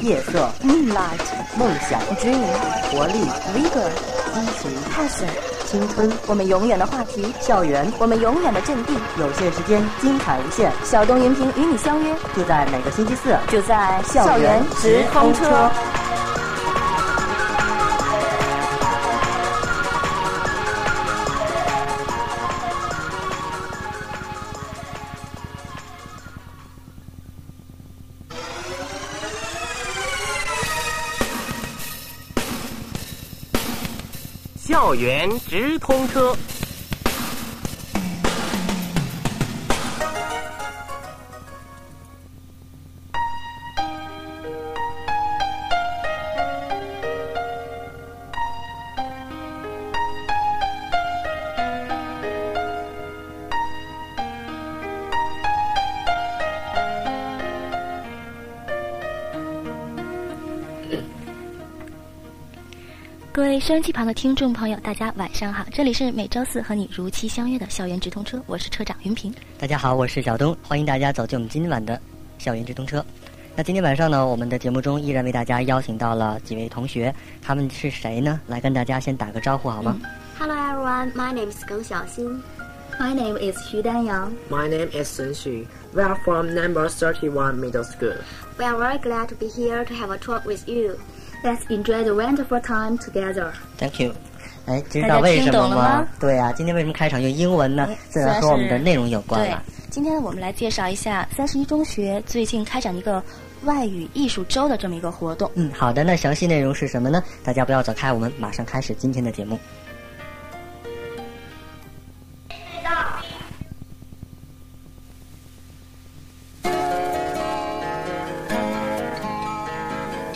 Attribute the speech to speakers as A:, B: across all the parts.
A: 夜色、
B: moonlight,
A: 梦想、
B: dream,
A: 活力、
B: vigor,
A: 激情、
B: passion。
A: 青春、
B: 我们永远的话题，
A: 校园，
B: 我们永远的阵地。
A: 有限时间，精彩无限，
B: 小东云平与你相约，
A: 就在每个星期四。
B: 就在
A: 校园直通车。
C: 校园直通车。
D: 各位收音机旁的听众朋友，大家晚上好，这里是每周四和你如期相约的校园直通车，我是车长云平。
E: 大家好，我是小东，欢迎大家走进我们今晚的校园直通车。那今天晚上呢，我们的节目中依然为大家邀请到了几位同学，他们是谁呢？来跟大家先打个招呼好吗？
D: 嗯
F: Hello everyone, my name is 耿小新。
B: My name is 徐丹阳。
G: My name is Sun Xu. We are from number 31 middle school.
F: We are very glad to be here to have a talk with you.
B: Let's enjoy the wonderful time together.
E: Thank you。哎，知道为什么
D: 大家听懂了吗
E: 对啊，今天为什么开场用英文呢
D: 哎？
E: 自然和我们的内容有关
D: 对
E: 了。，
D: 今天我们来介绍一下三十一中学最近开展一个外语艺术周的这么一个活动。
E: 嗯，好的，那详细内容是什么呢？大家不要走开，我们马上开始今天的节目。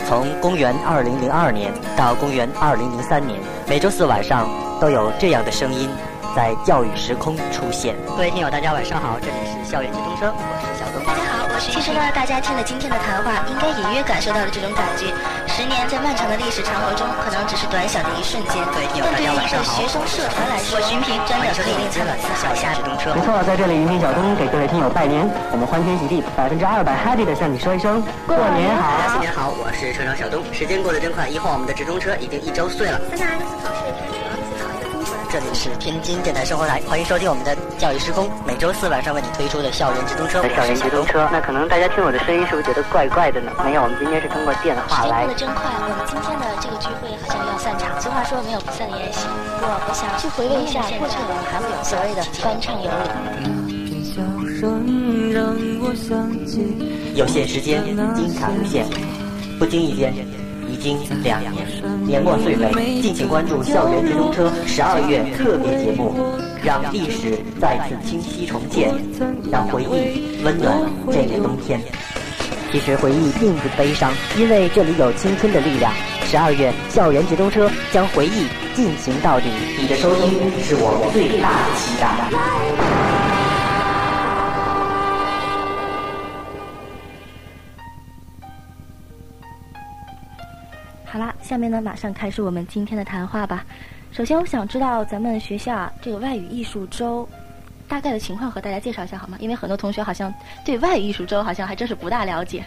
E: 从公元2002年到公元2003年，每周四晚上都有这样的声音在教育时空出现。各位听友，大家晚上好，这里是校园直通车，我是小东。
D: 大家好，我是其实呢，大家听了今天的谈话，应该隐约感受到了这种感觉。十年在漫长的历史长河中，可能只是短小的一瞬间，
E: 各位听友，大
D: 但对于
E: 家
D: 一
E: 晚上
D: 个
E: 好，
D: 学生社团来说，
E: 我是云平，
D: 真的
E: 收
D: 可以
E: 听
D: 令
E: 今
D: 他
E: 晚
D: 们
E: 的
D: 思
E: 校
D: 考
E: 园
D: 一下
E: 直。通车。
C: 没错，在这里云平小东给各位听友拜年，我们欢天喜地，百分之二百 happy 的向你说一声过年好。
E: 大家新年好，我是车长小东。时间过得真快，一晃我们的直通车已经一周岁了。
F: 三大二次考试开始了，思考一下中国人。
E: 这里是天津电台生活台，欢迎收听我们的教育时空，每周四晚上为你推出的校园直通车。
C: 哎校园直通车，那可能大家听我的声音是不是觉得怪怪的呢？没有，我们今天是通过电话
D: 时间
C: 来
D: 过得真快，我们今天的这个聚会好像要散场。俗话说没有不散的宴席，不过我想去回味一下过去的韩国所谓的翻唱有理。
E: 有限时间，精彩无限。不经意间，已经两年，年末岁尾，敬请关注校园直通车十二月特别节目，让历史再次清晰重现，让回忆温暖这个冬天。其实回忆并不悲伤，因为这里有青春的力量。十二月校园直通车将回忆进行到底，你的收听是我们最大的期待。
D: 好啦，下面呢，马上开始我们今天的谈话吧。首先，我想知道咱们学校啊这个外语艺术周大概的情况和大家介绍一下好吗？因为很多同学好像对外语艺术周好像还真是不大了解。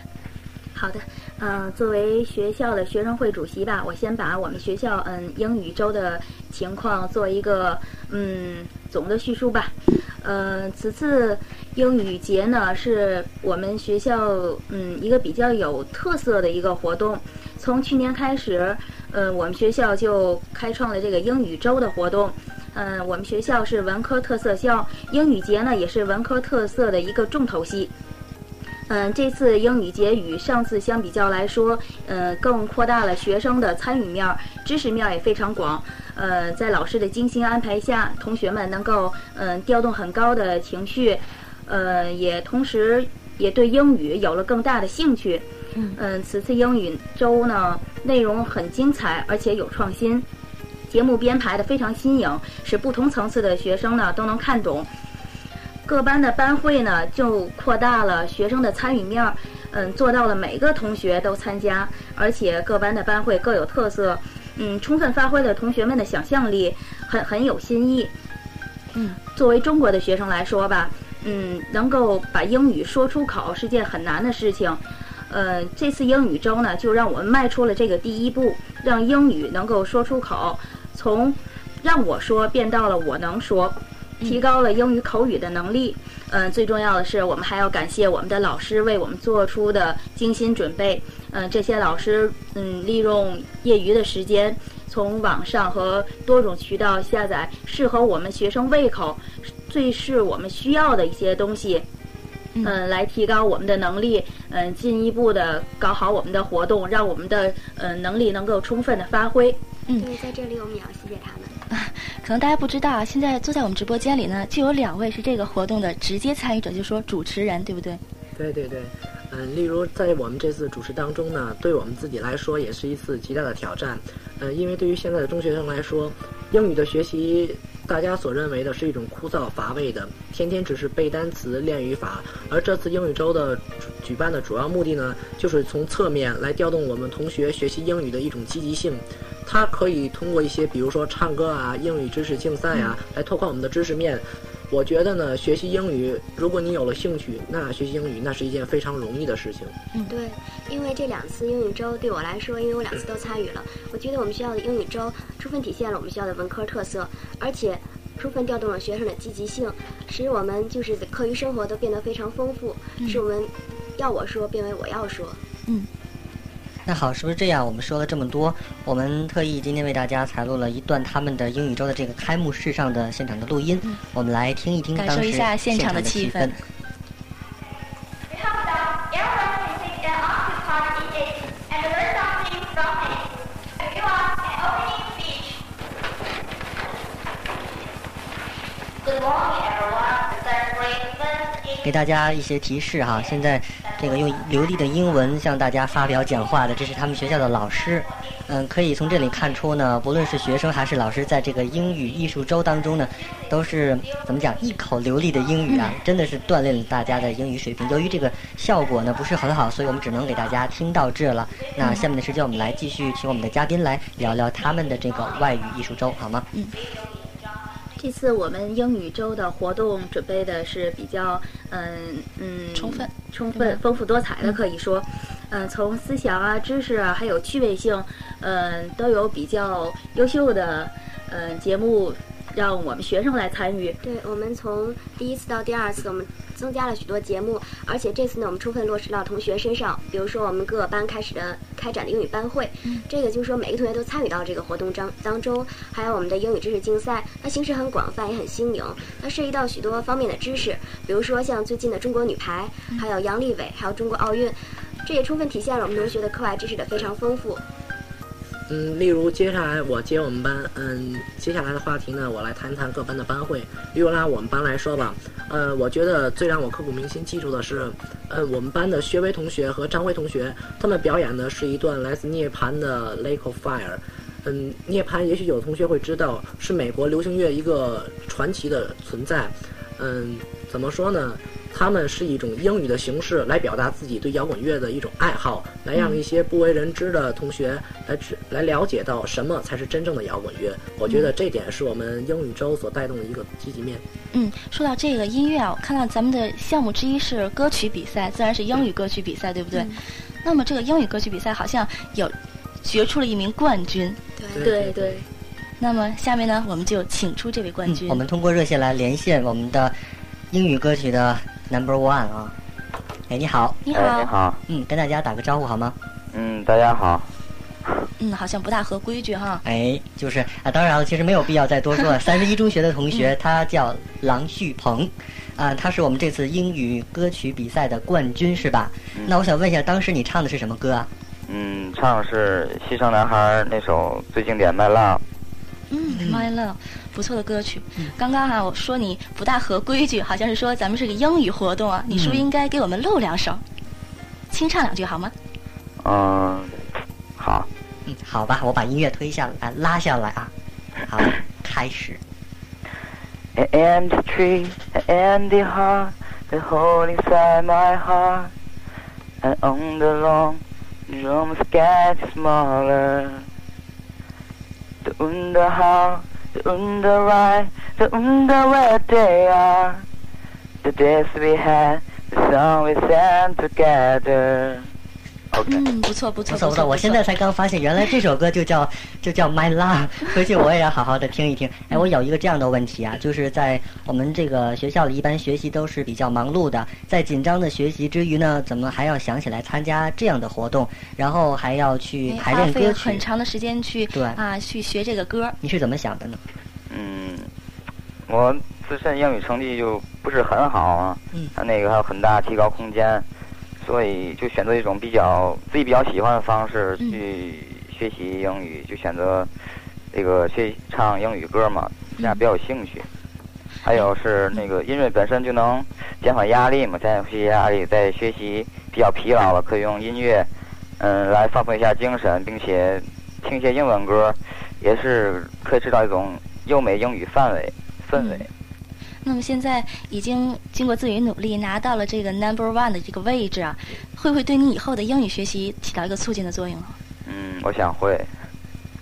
B: 好的，呃，作为学校的学生会主席吧，我先把我们学校嗯英语周的情况做一个嗯总的叙述吧。呃，此次英语节呢是我们学校嗯一个比较有特色的一个活动。从去年开始，呃，我们学校就开创了这个英语周的活动。嗯、我们学校是文科特色校，英语节呢也是文科特色的一个重头戏。嗯，这次英语节与上次相比较来说，呃，更扩大了学生的参与面儿，知识面儿也非常广。呃，在老师的精心安排下，同学们能够嗯、呃调动很高的情绪，呃，也同时也对英语有了更大的兴趣。嗯、此次英语周呢，内容很精彩，而且有创新，节目编排的非常新颖，使不同层次的学生呢都能看懂。各班的班会呢，就扩大了学生的参与面儿，嗯，做到了每个同学都参加，而且各班的班会各有特色，嗯，充分发挥了同学们的想象力，很很有新意。
D: 嗯，
B: 作为中国的学生来说吧，嗯，能够把英语说出口是件很难的事情，呃，这次英语周呢，就让我们迈出了这个第一步，让英语能够说出口，从让我说变到了我能说，提高了英语口语的能力。嗯、最重要的是，我们还要感谢我们的老师为我们做出的精心准备。嗯、这些老师嗯，利用业余的时间，从网上和多种渠道下载适合我们学生胃口、最是我们需要的一些东西。嗯、来提高我们的能力，嗯、进一步的搞好我们的活动，让我们的嗯、呃能力能够充分的发挥。
H: 对，在这里我们也要谢谢他们。
D: 可能大家不知道啊，现在坐在我们直播间里呢，就有两位是这个活动的直接参与者，就说主持人，对不对？
G: 对对对，嗯，例如在我们这次主持当中呢，对我们自己来说也是一次极大的挑战。呃，因为对于现在的中学生来说，英语的学习，大家所认为的是一种枯燥乏味的，天天只是背单词、练语法。而这次英语周的主举办的主要目的呢，就是从侧面来调动我们同学学习英语的一种积极性。它可以通过一些，比如说唱歌啊、英语知识竞赛啊，来拓宽我们的知识面。我觉得呢，学习英语，如果你有了兴趣，那学习英语那是一件非常容易的事情。
H: 对，因为这两次英语周对我来说，因为我两次都参与了，我觉得我们学校的英语周充分体现了我们学校的文科特色，而且充分调动了学生的积极性，使我们就是课余生活都变得非常丰富，使我们要我说变为我要说。
E: 那好，是不是这样？我们说了这么多，我们特意今天为大家采录了一段他们的英语周的这个开幕式上的现场的录音，我们来听一听
D: 嗯感
E: 当
D: 受一
E: 时
D: 下现
E: 现
D: 场的
E: 的
D: 气
E: 气
D: 氛
E: 氛。
I: We hope that everyone can take an active part in it and learn something from it. Give us an opening speech. Good morning, everyone. Let's bring this
E: 给
I: in.
E: 大家一些提示哈，现在这个用流利的英文向大家发表讲话的，这是他们学校的老师。嗯，可以从这里看出呢，不论是学生还是老师，在这个英语艺术周当中呢，都是怎么讲一口流利的英语啊，真的是锻炼了大家的英语水平。由于这个效果呢不是很好，所以我们只能给大家听到这了。那下面的时间我们来继续请我们的嘉宾来聊聊他们的这个外语艺术周，好吗？
B: 这次我们英语周的活动准备的是比较，嗯嗯，
D: 充分、
B: 充
D: 对
B: 分
D: 吧、
B: 丰富多彩的，可以说，嗯、从思想啊、知识啊，还有趣味性，嗯、都有比较优秀的，嗯、节目让我们学生来参与。
H: 对，我们从第一次到第二次，我们增加了许多节目，而且这次呢，我们充分落实到同学身上。比如说，我们各个班开始的开展的英语班会，这个就是说每个同学都参与到这个活动当当中。还有我们的英语知识竞赛，它形式很广泛，也很新颖，它涉及到许多方面的知识，比如说像最近的中国女排，还有杨利伟，还有中国奥运。这也充分体现了我们同学的课外知识的非常丰富。
G: 嗯，例如接下来我接我们班，嗯，接下来的话题呢，我来谈谈各班的班会。例如拿我们班来说吧，呃，我觉得最让我刻骨铭心记住的是，呃，我们班的薛薇同学和张薇同学，他们表演的是一段来自涅槃的《Lake of Fire》。嗯，涅槃也许有同学会知道，是美国流行乐一个传奇的存在。嗯，怎么说呢？他们是一种英语的形式来表达自己对摇滚乐的一种爱好，来让一些不为人知的同学来知来了解到什么才是真正的摇滚乐。我觉得这点是我们英语周所带动的一个积极面。
D: 嗯，说到这个音乐啊，我看到咱们的项目之一是歌曲比赛，自然是英语歌曲比赛，对不对？那么这个英语歌曲比赛好像有决出了一名冠军。
H: 对
B: 对
G: 对
B: 对，
D: 那么下面呢，我们就请出这位冠军。
E: 嗯我们通过热线来连线我们的英语歌曲的 Number One 啊。哎，你好，
D: 你好，
J: 哎，你好，
E: 嗯，跟大家打个招呼好吗？
J: 嗯，大家好，
D: 嗯，好像不大合规矩哈。
E: 哎，就是啊，当然了，其实没有必要再多说了。三十一中学的同学，他叫郎旭鹏，啊，他是我们这次英语歌曲比赛的冠军，是吧？那我想问一下，当时你唱的是什么歌啊？
J: 嗯，唱的是《西城男孩》那首最经典《麦浪》，
D: 嗯，My Love，不错的歌曲。
E: 嗯
D: 刚刚啊，我说你不大合规矩，好像是说咱们是个英语活动啊，你
E: 嗯
D: 是不是应该给我们露两首，清唱两句好吗？
J: 嗯，好，
E: 嗯，好吧，我把音乐推下来，拉下来啊。好，开始。
J: And the tree, and the heart, the hole inside my heart, and on the long, the room gets smaller. The wonder how, the wonder why, the wonder where they are. The days we had, the song we sang together. OK，
D: 嗯，不错不错
E: 不错不错，我现在才刚发现，原来这首歌就叫就叫 My Love，回去我也要好好的听一听。哎，我有一个这样的问题啊，就是在我们这个学校里，一般学习都是比较忙碌的，在紧张的学习之余呢，怎么还要想起来参加这样的活动，然后还要去排
D: 哎花
E: 练
D: 费
E: 歌
D: 很
E: 曲？
D: 长的时间去
E: 对
D: 啊去学这个歌。
E: 你是怎么想的呢？
J: 嗯，我自身英语成绩就不是很好啊，
E: 嗯
J: 它那个还有很大提高空间，所以就选择一种比较自己比较喜欢的方式
D: 嗯
J: 去学习英语，就选择这个学唱英语歌嘛，这样比较有兴趣。还有是那个音乐本身就能减缓压力嘛，减缓学习压力，在学习比较疲劳了，可以用音乐，嗯，来放松一下精神，并且听一些英文歌，也是可以制造一种优美英语氛围氛围。
D: 那么现在已经经过自己的努力拿到了这个 number one 的这个位置啊，会不会对你以后的英语学习起到一个促进的作用啊？
J: 嗯，我想会。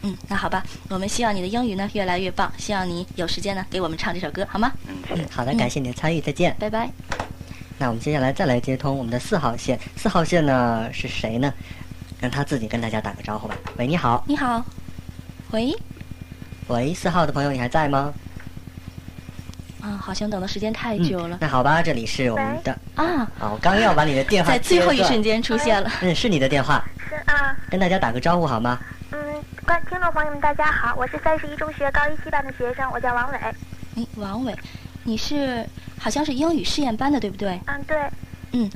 D: 嗯，那好吧，我们希望你的英语呢越来越棒，希望你有时间呢给我们唱这首歌好吗？
J: 嗯，
E: 嗯，好的，
D: 嗯
E: 感谢你的参与，再见。
D: 拜拜。
E: 那我们接下来再来接通我们的四号线，四号线呢是谁呢？让他自己跟大家打个招呼吧。喂，你好，
D: 你好，喂，
E: 喂，四号的朋友你还在吗？
D: 啊，好像等的时间太
E: 嗯
D: 久了、
E: 那好吧，这里是我们的
D: 啊，
E: 啊，我刚要把你的电话
D: 在最后一
E: 切断
D: 瞬，间出现了。
E: 嗯，是你的电话，
I: 是啊，
E: 跟大家打个招呼好吗？
I: 嗯，观听众朋友们，大家好，我是三十一中学高一七班的学生，我叫王伟。
E: 嗯
D: 哎，王伟，你是好像是英语试验班的对不对？
I: 嗯，对，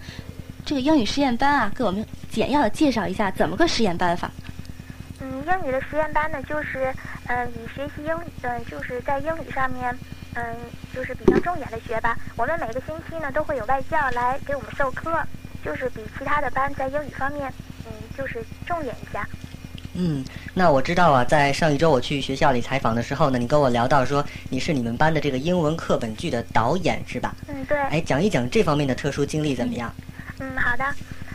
D: 这个英语实验班啊，给我们简要的介绍一下怎么个实验办法。
I: 嗯，英语的实验班呢，就是呃，以学习英语，呃，就是在英语上面，嗯、就是比较重点的学吧。我们每个星期呢，都会有外教来给我们授课，就是比其他的班在英语方面，嗯，就是重点一下。
E: 嗯，那我知道啊，在上一周我去学校里采访的时候呢，你跟我聊到说你是你们班的这个英文课本剧的导演是吧？
I: 嗯，对。
E: 哎，讲一讲这方面的特殊经历怎么样？哎
I: 嗯，好的。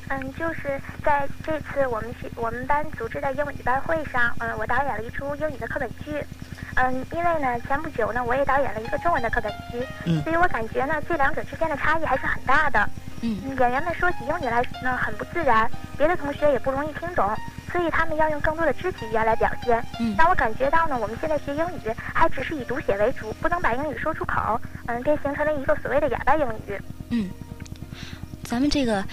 I: 嗯，就是在这次我们学我们班组织的英语班会上，嗯，我导演了一出英语的课本剧。嗯，因为呢，前不久呢，我也导演了一个中文的课本剧，
E: 嗯
I: 所以我感觉呢，这两者之间的差异还是很大的。
D: 嗯，
I: 演员们说起英语来呢，很不自然，别的同学也不容易听懂，所以他们要用更多的肢体语言来表现。
D: 嗯
I: 让我感觉到呢，我们现在学英语还只是以读写为主，不能把英语说出口，嗯，便形成了一个所谓的哑巴英语。
D: 咱们这个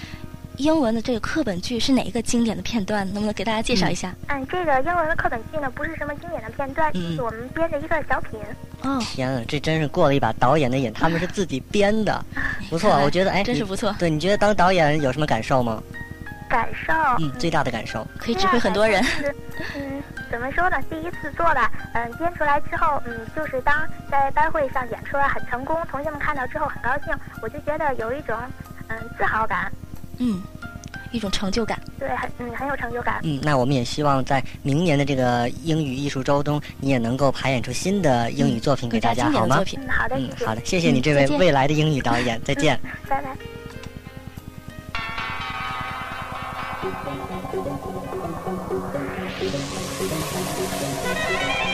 D: 英文的这个课本剧是哪一个经典的片段？能不能给大家介绍一下？
I: 嗯，这个英文的课本剧呢，不是什么经典的片段，就
E: 嗯
I: 是我们编的一个小品。
D: 哦，
E: 天啊，这真是过了一把导演的瘾，他们是自己编 的，不错
D: 看，来
E: 我觉得哎，
D: 真是
E: 你
D: 不错，
E: 对，你觉得当导演有什么感受吗？
I: 感受，
E: 嗯，最大的感受。
D: 可以指挥很多人。
I: 是，嗯，怎么说呢？第一次做吧，嗯，编出来之后，嗯，就是当在班会上演出来很成功，同学们看到之后很高兴，我就觉得有一种嗯自豪感，
D: 嗯，一种成就感。
I: 对，很嗯很有成就感。
E: 嗯，那我们也希望在明年的这个英语艺术周中，你也能够排演出新的英语作品给大
D: 大
E: 家，
D: 经典
E: 好
D: 的
E: 吗
D: 作？品。
I: 嗯，好的，
E: 嗯
I: 谢，谢，
E: 好的，谢谢你
D: 嗯
E: 这
D: 再
E: 位
D: 见
E: 未来的英语导 演，再见。
I: 拜拜。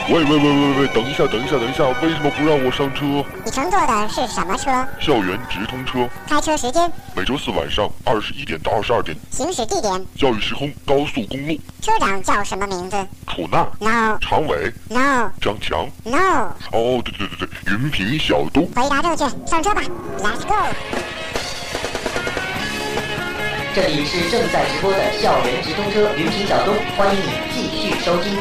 K: 喂喂喂喂喂，等一下，等一下，等一下，为什么不让我上车？
A: 你乘坐的是什么车？
K: 校园直通车，
A: 开车时间、
K: 每周四晚上二十一点到二十二点，
A: 行驶地点，
K: 教育时空高速公路，
A: 车长叫什么名字
K: 吐纳、
A: ？No
K: 常伟、
A: No
K: 张强。
A: No，
K: 哦，对对对对，云平、小东。
A: 回答正确，上车吧，Let's go。
L: 这里是正在直播的校园直通车，云平小东，欢迎你继续收听。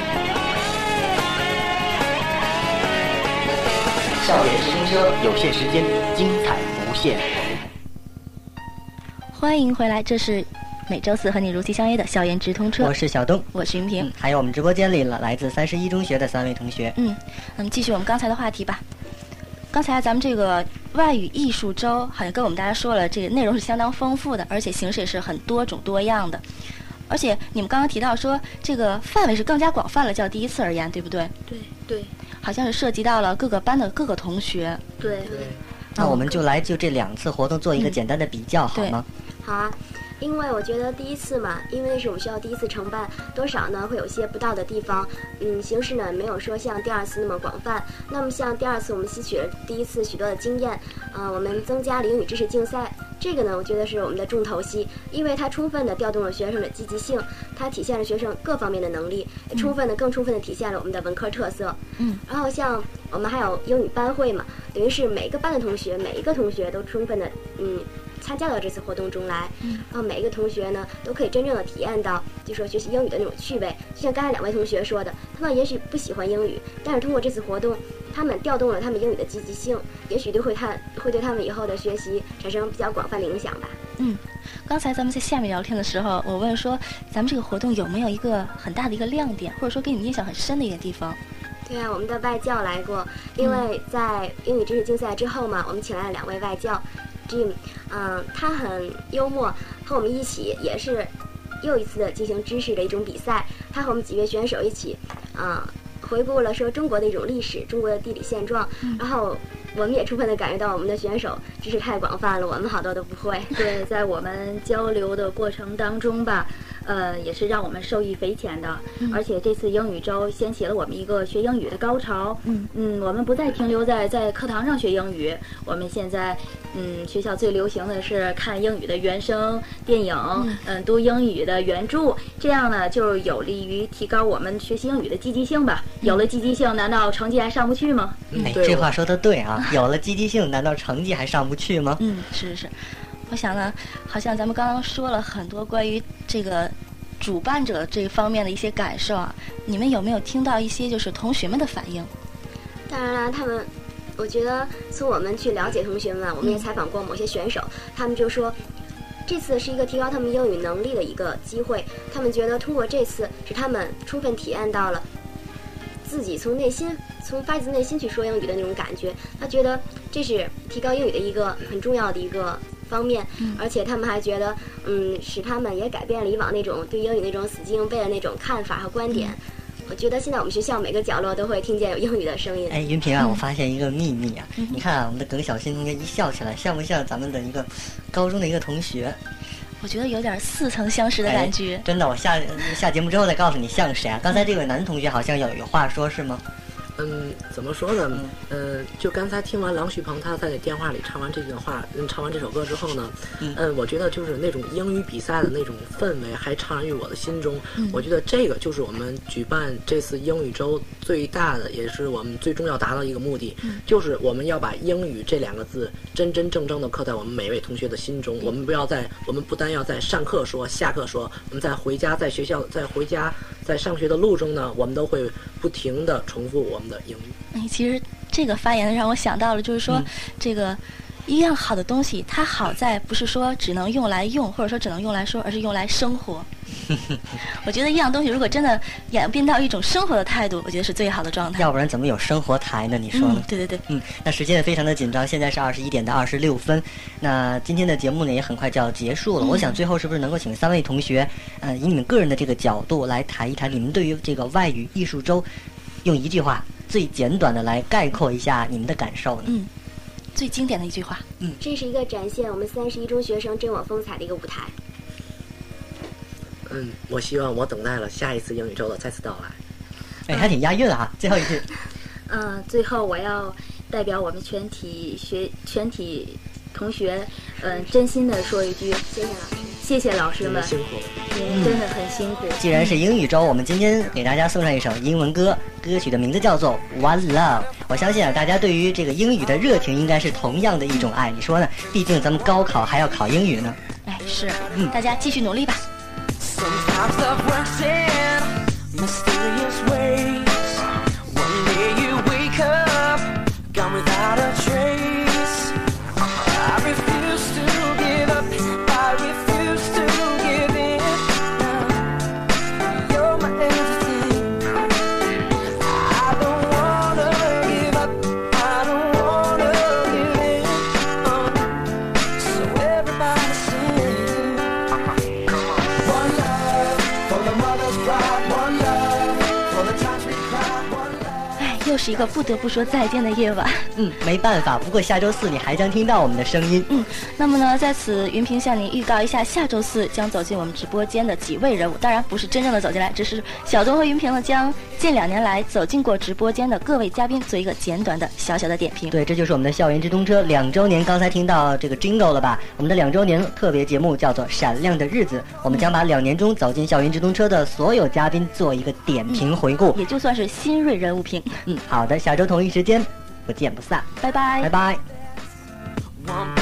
L: 校园直通车，有限时间，精彩无限。
D: 欢迎回来，这是每周四和你如期相约的校园直通车
E: 我。是小东，
D: 我是云平
E: 嗯。，还有我们直播间里了来自三十一中学的三位同学。
D: 嗯，那么继续我们刚才的话题吧。刚才咱们这个外语艺术周好像跟我们大家说了，这个内容是相当丰富的，而且形式也是很多种多样的。而且你们刚刚提到说，这个范围是更加广泛了，叫第一次而言，对不对？
B: 对对
D: 好像是涉及到了各个班的各个同学。
B: 对对。
E: 那我们就来就这两次活动做一个
D: 嗯
E: 简单的比较，好
D: 对
E: 吗？
H: 好啊，因为我觉得第一次嘛，因为是我们学校第一次承办，多少呢会有些不到的地方。嗯，形式呢没有说像第二次那么广泛。那么像第二次，我们吸取了第一次许多的经验，呃，我们增加了英语知识竞赛。这个呢，我觉得是我们的重头戏，因为它充分的调动了学生的积极性，它体现了学生各方面的能力，充分的更充分的体现了我们的文科特色。
D: 嗯，
H: 然后像我们还有英语班会嘛，等于是每个班的同学，每一个同学都充分的嗯参加到这次活动中来，然后每一个同学呢都可以真正的体验到，就说学习英语的那种趣味。就像刚才两位同学说的，他们也许不喜欢英语，但是通过这次活动，他们调动了他们英语的积极性，也许就会看会对他们以后的学习产生比较广泛的影响吧。
D: 嗯，刚才咱们在下面聊天的时候，我问说咱们这个活动有没有一个很大的一个亮点，或者说给你印象很深的一个地方？
H: 对啊，我们的外教来过，因为在英语知识竞赛之后嘛，我们请来了两位外教，Jim，嗯、他很幽默，和我们一起也是又一次的进行知识的一种比赛。他和我们几位选手一起，啊、回顾了说中国的一种历史、中国的地理现状，然后我们也充分的感觉到我们的选手知识太广泛了，我们好多都不会。
B: 对，在我们交流的过程当中吧，呃，也是让我们受益匪浅的。
H: 嗯
B: 而且这次英语周掀起了我们一个学英语的高潮。
D: 嗯
B: 我们不再停留在在课堂上学英语，我们现在，嗯，学校最流行的是看英语的原声电影，嗯、读英语的原著，这样呢就有利于提高我们学习英语的积极性吧。有
H: 嗯
B: 了积极性，难道成绩还上不去吗？
D: 嗯
E: 哎，
G: 嗯对
E: 这
G: 我
E: 话说的对啊，有了积极性，难道成绩还上不去吗？
D: 嗯，是是是，我想呢，好像咱们刚刚说了很多关于这个主办者这方面的一些感受啊，你们有没有听到一些就是同学们的反应？
H: 当然啦，他们，我觉得从我们去了解同学们啊，我们也采访过某些选手，他们就说，这次是一个提高他们英语能力的一个机会。他们觉得通过这次，使他们充分体验到了自己从内心、从发自内心去说英语的那种感觉。他觉得这是提高英语的一个很重要的一个方面，而且他们还觉得，嗯，使他们也改变了以往那种对英语那种死记硬背的那种看法和观点。我觉得现在我们学校每个角落都会听见有英语的声音。
E: 哎，云平啊，我发现一个秘密啊！你看啊，我们的耿小新同学一笑起来，像不像咱们的一个高中的一个同学？
D: 我觉得有点似曾相识的
E: 哎
D: 感觉。
E: 真的，我下下节目之后再告诉你像谁啊？刚才这位男同学好像有有话说，是吗？
G: 嗯，怎么说呢？嗯，就刚才听完郎旭鹏他在电话里唱完这句话，嗯，唱完这首歌之后呢，
E: 嗯
G: 嗯，我觉得就是那种英语比赛的那种氛围还怅然于我的心中。
D: 嗯
G: 我觉得这个就是我们举办这次英语周最大的，也是我们最终要达到一个目的，就是我们要把英语这两个字真真正正的刻在我们每一位同学的心中。我们不要在，我们不单要在上课说、下课说，我们在回家、在学校、在回家、在上学的路中呢，我们都会不停的重复我们的英语。
D: 哎，其实这个发言让我想到了，就是
E: 嗯
D: 说、这个。一样好的东西，它好在不是说只能用来用，或者说只能用来说，而是用来生 活。我觉得一样东西如果真的演变到一种生活的态度，我觉得是最好的状态。
E: 要不然怎么有生活台呢？你说呢？
D: 嗯，对对对，
E: 嗯，那时间也非常的紧张，现在是二十一点的二十六分。那今天的节目呢也很快就要结束了，我想最后是不是能够请三位同学，呃，以你们个人的这个角度来谈一谈你们对于这个外语艺术周，用一句话最简短的来概括一下你们的感受呢？
D: 最经典的一句话。
H: 这是一个展现我们三十一中学生真我风采的一个舞台。
G: 嗯，我希望我等待了下一次英语周的再次到来。
E: 哎，还挺押韵啊。最后一句，
B: 嗯，最后我要代表我们全体学全体同学，嗯，真心的说一句，
H: 谢谢老师。
B: 谢谢老师
G: 你
B: 们
G: 们，辛苦了。
B: 您真的很辛苦。
E: 既然是英语周，我们今天给大家送上一首英文歌，歌曲的名字叫做《One Love》。我相信啊，大家对于这个英语的热情应该是同样的一种爱，你说呢？毕竟咱们高考还要考英语呢。
D: 哎，是，大家继续努力吧。
M: Sometimes love works in mysterious ways. One day you wake up, gone without a trace. I refuse to give up. I refuse to give in. You're my everything. I don't wanna give up. I don't wanna give in. So everybody sing. One love for the mother's pride. One love for the times we cried. One love.
D: 哎，又是一个不得不说再见的夜晚。
E: 嗯，没办法，不过下周四你还将听到我们的声音。
D: 嗯，那么呢，在此云平向您预告一下，下周四将走进我们直播间的几位人物，当然不是真正的走进来，只是小东和云平呢将近两年来走进过直播间的各位嘉宾做一个简短的小小的点评。
E: 对，这就是我们的校园直通车两周年。刚才听到这个 jingle 了吧？我们的两周年特别节目叫做《闪亮的日子》，我们将把两年中走进校园直通车的所有嘉宾做一个点评回顾，
D: 也就算是新锐人物评。
E: 嗯，好的，下周同一时间不见不散，
D: 拜拜，
E: 拜拜。
M: One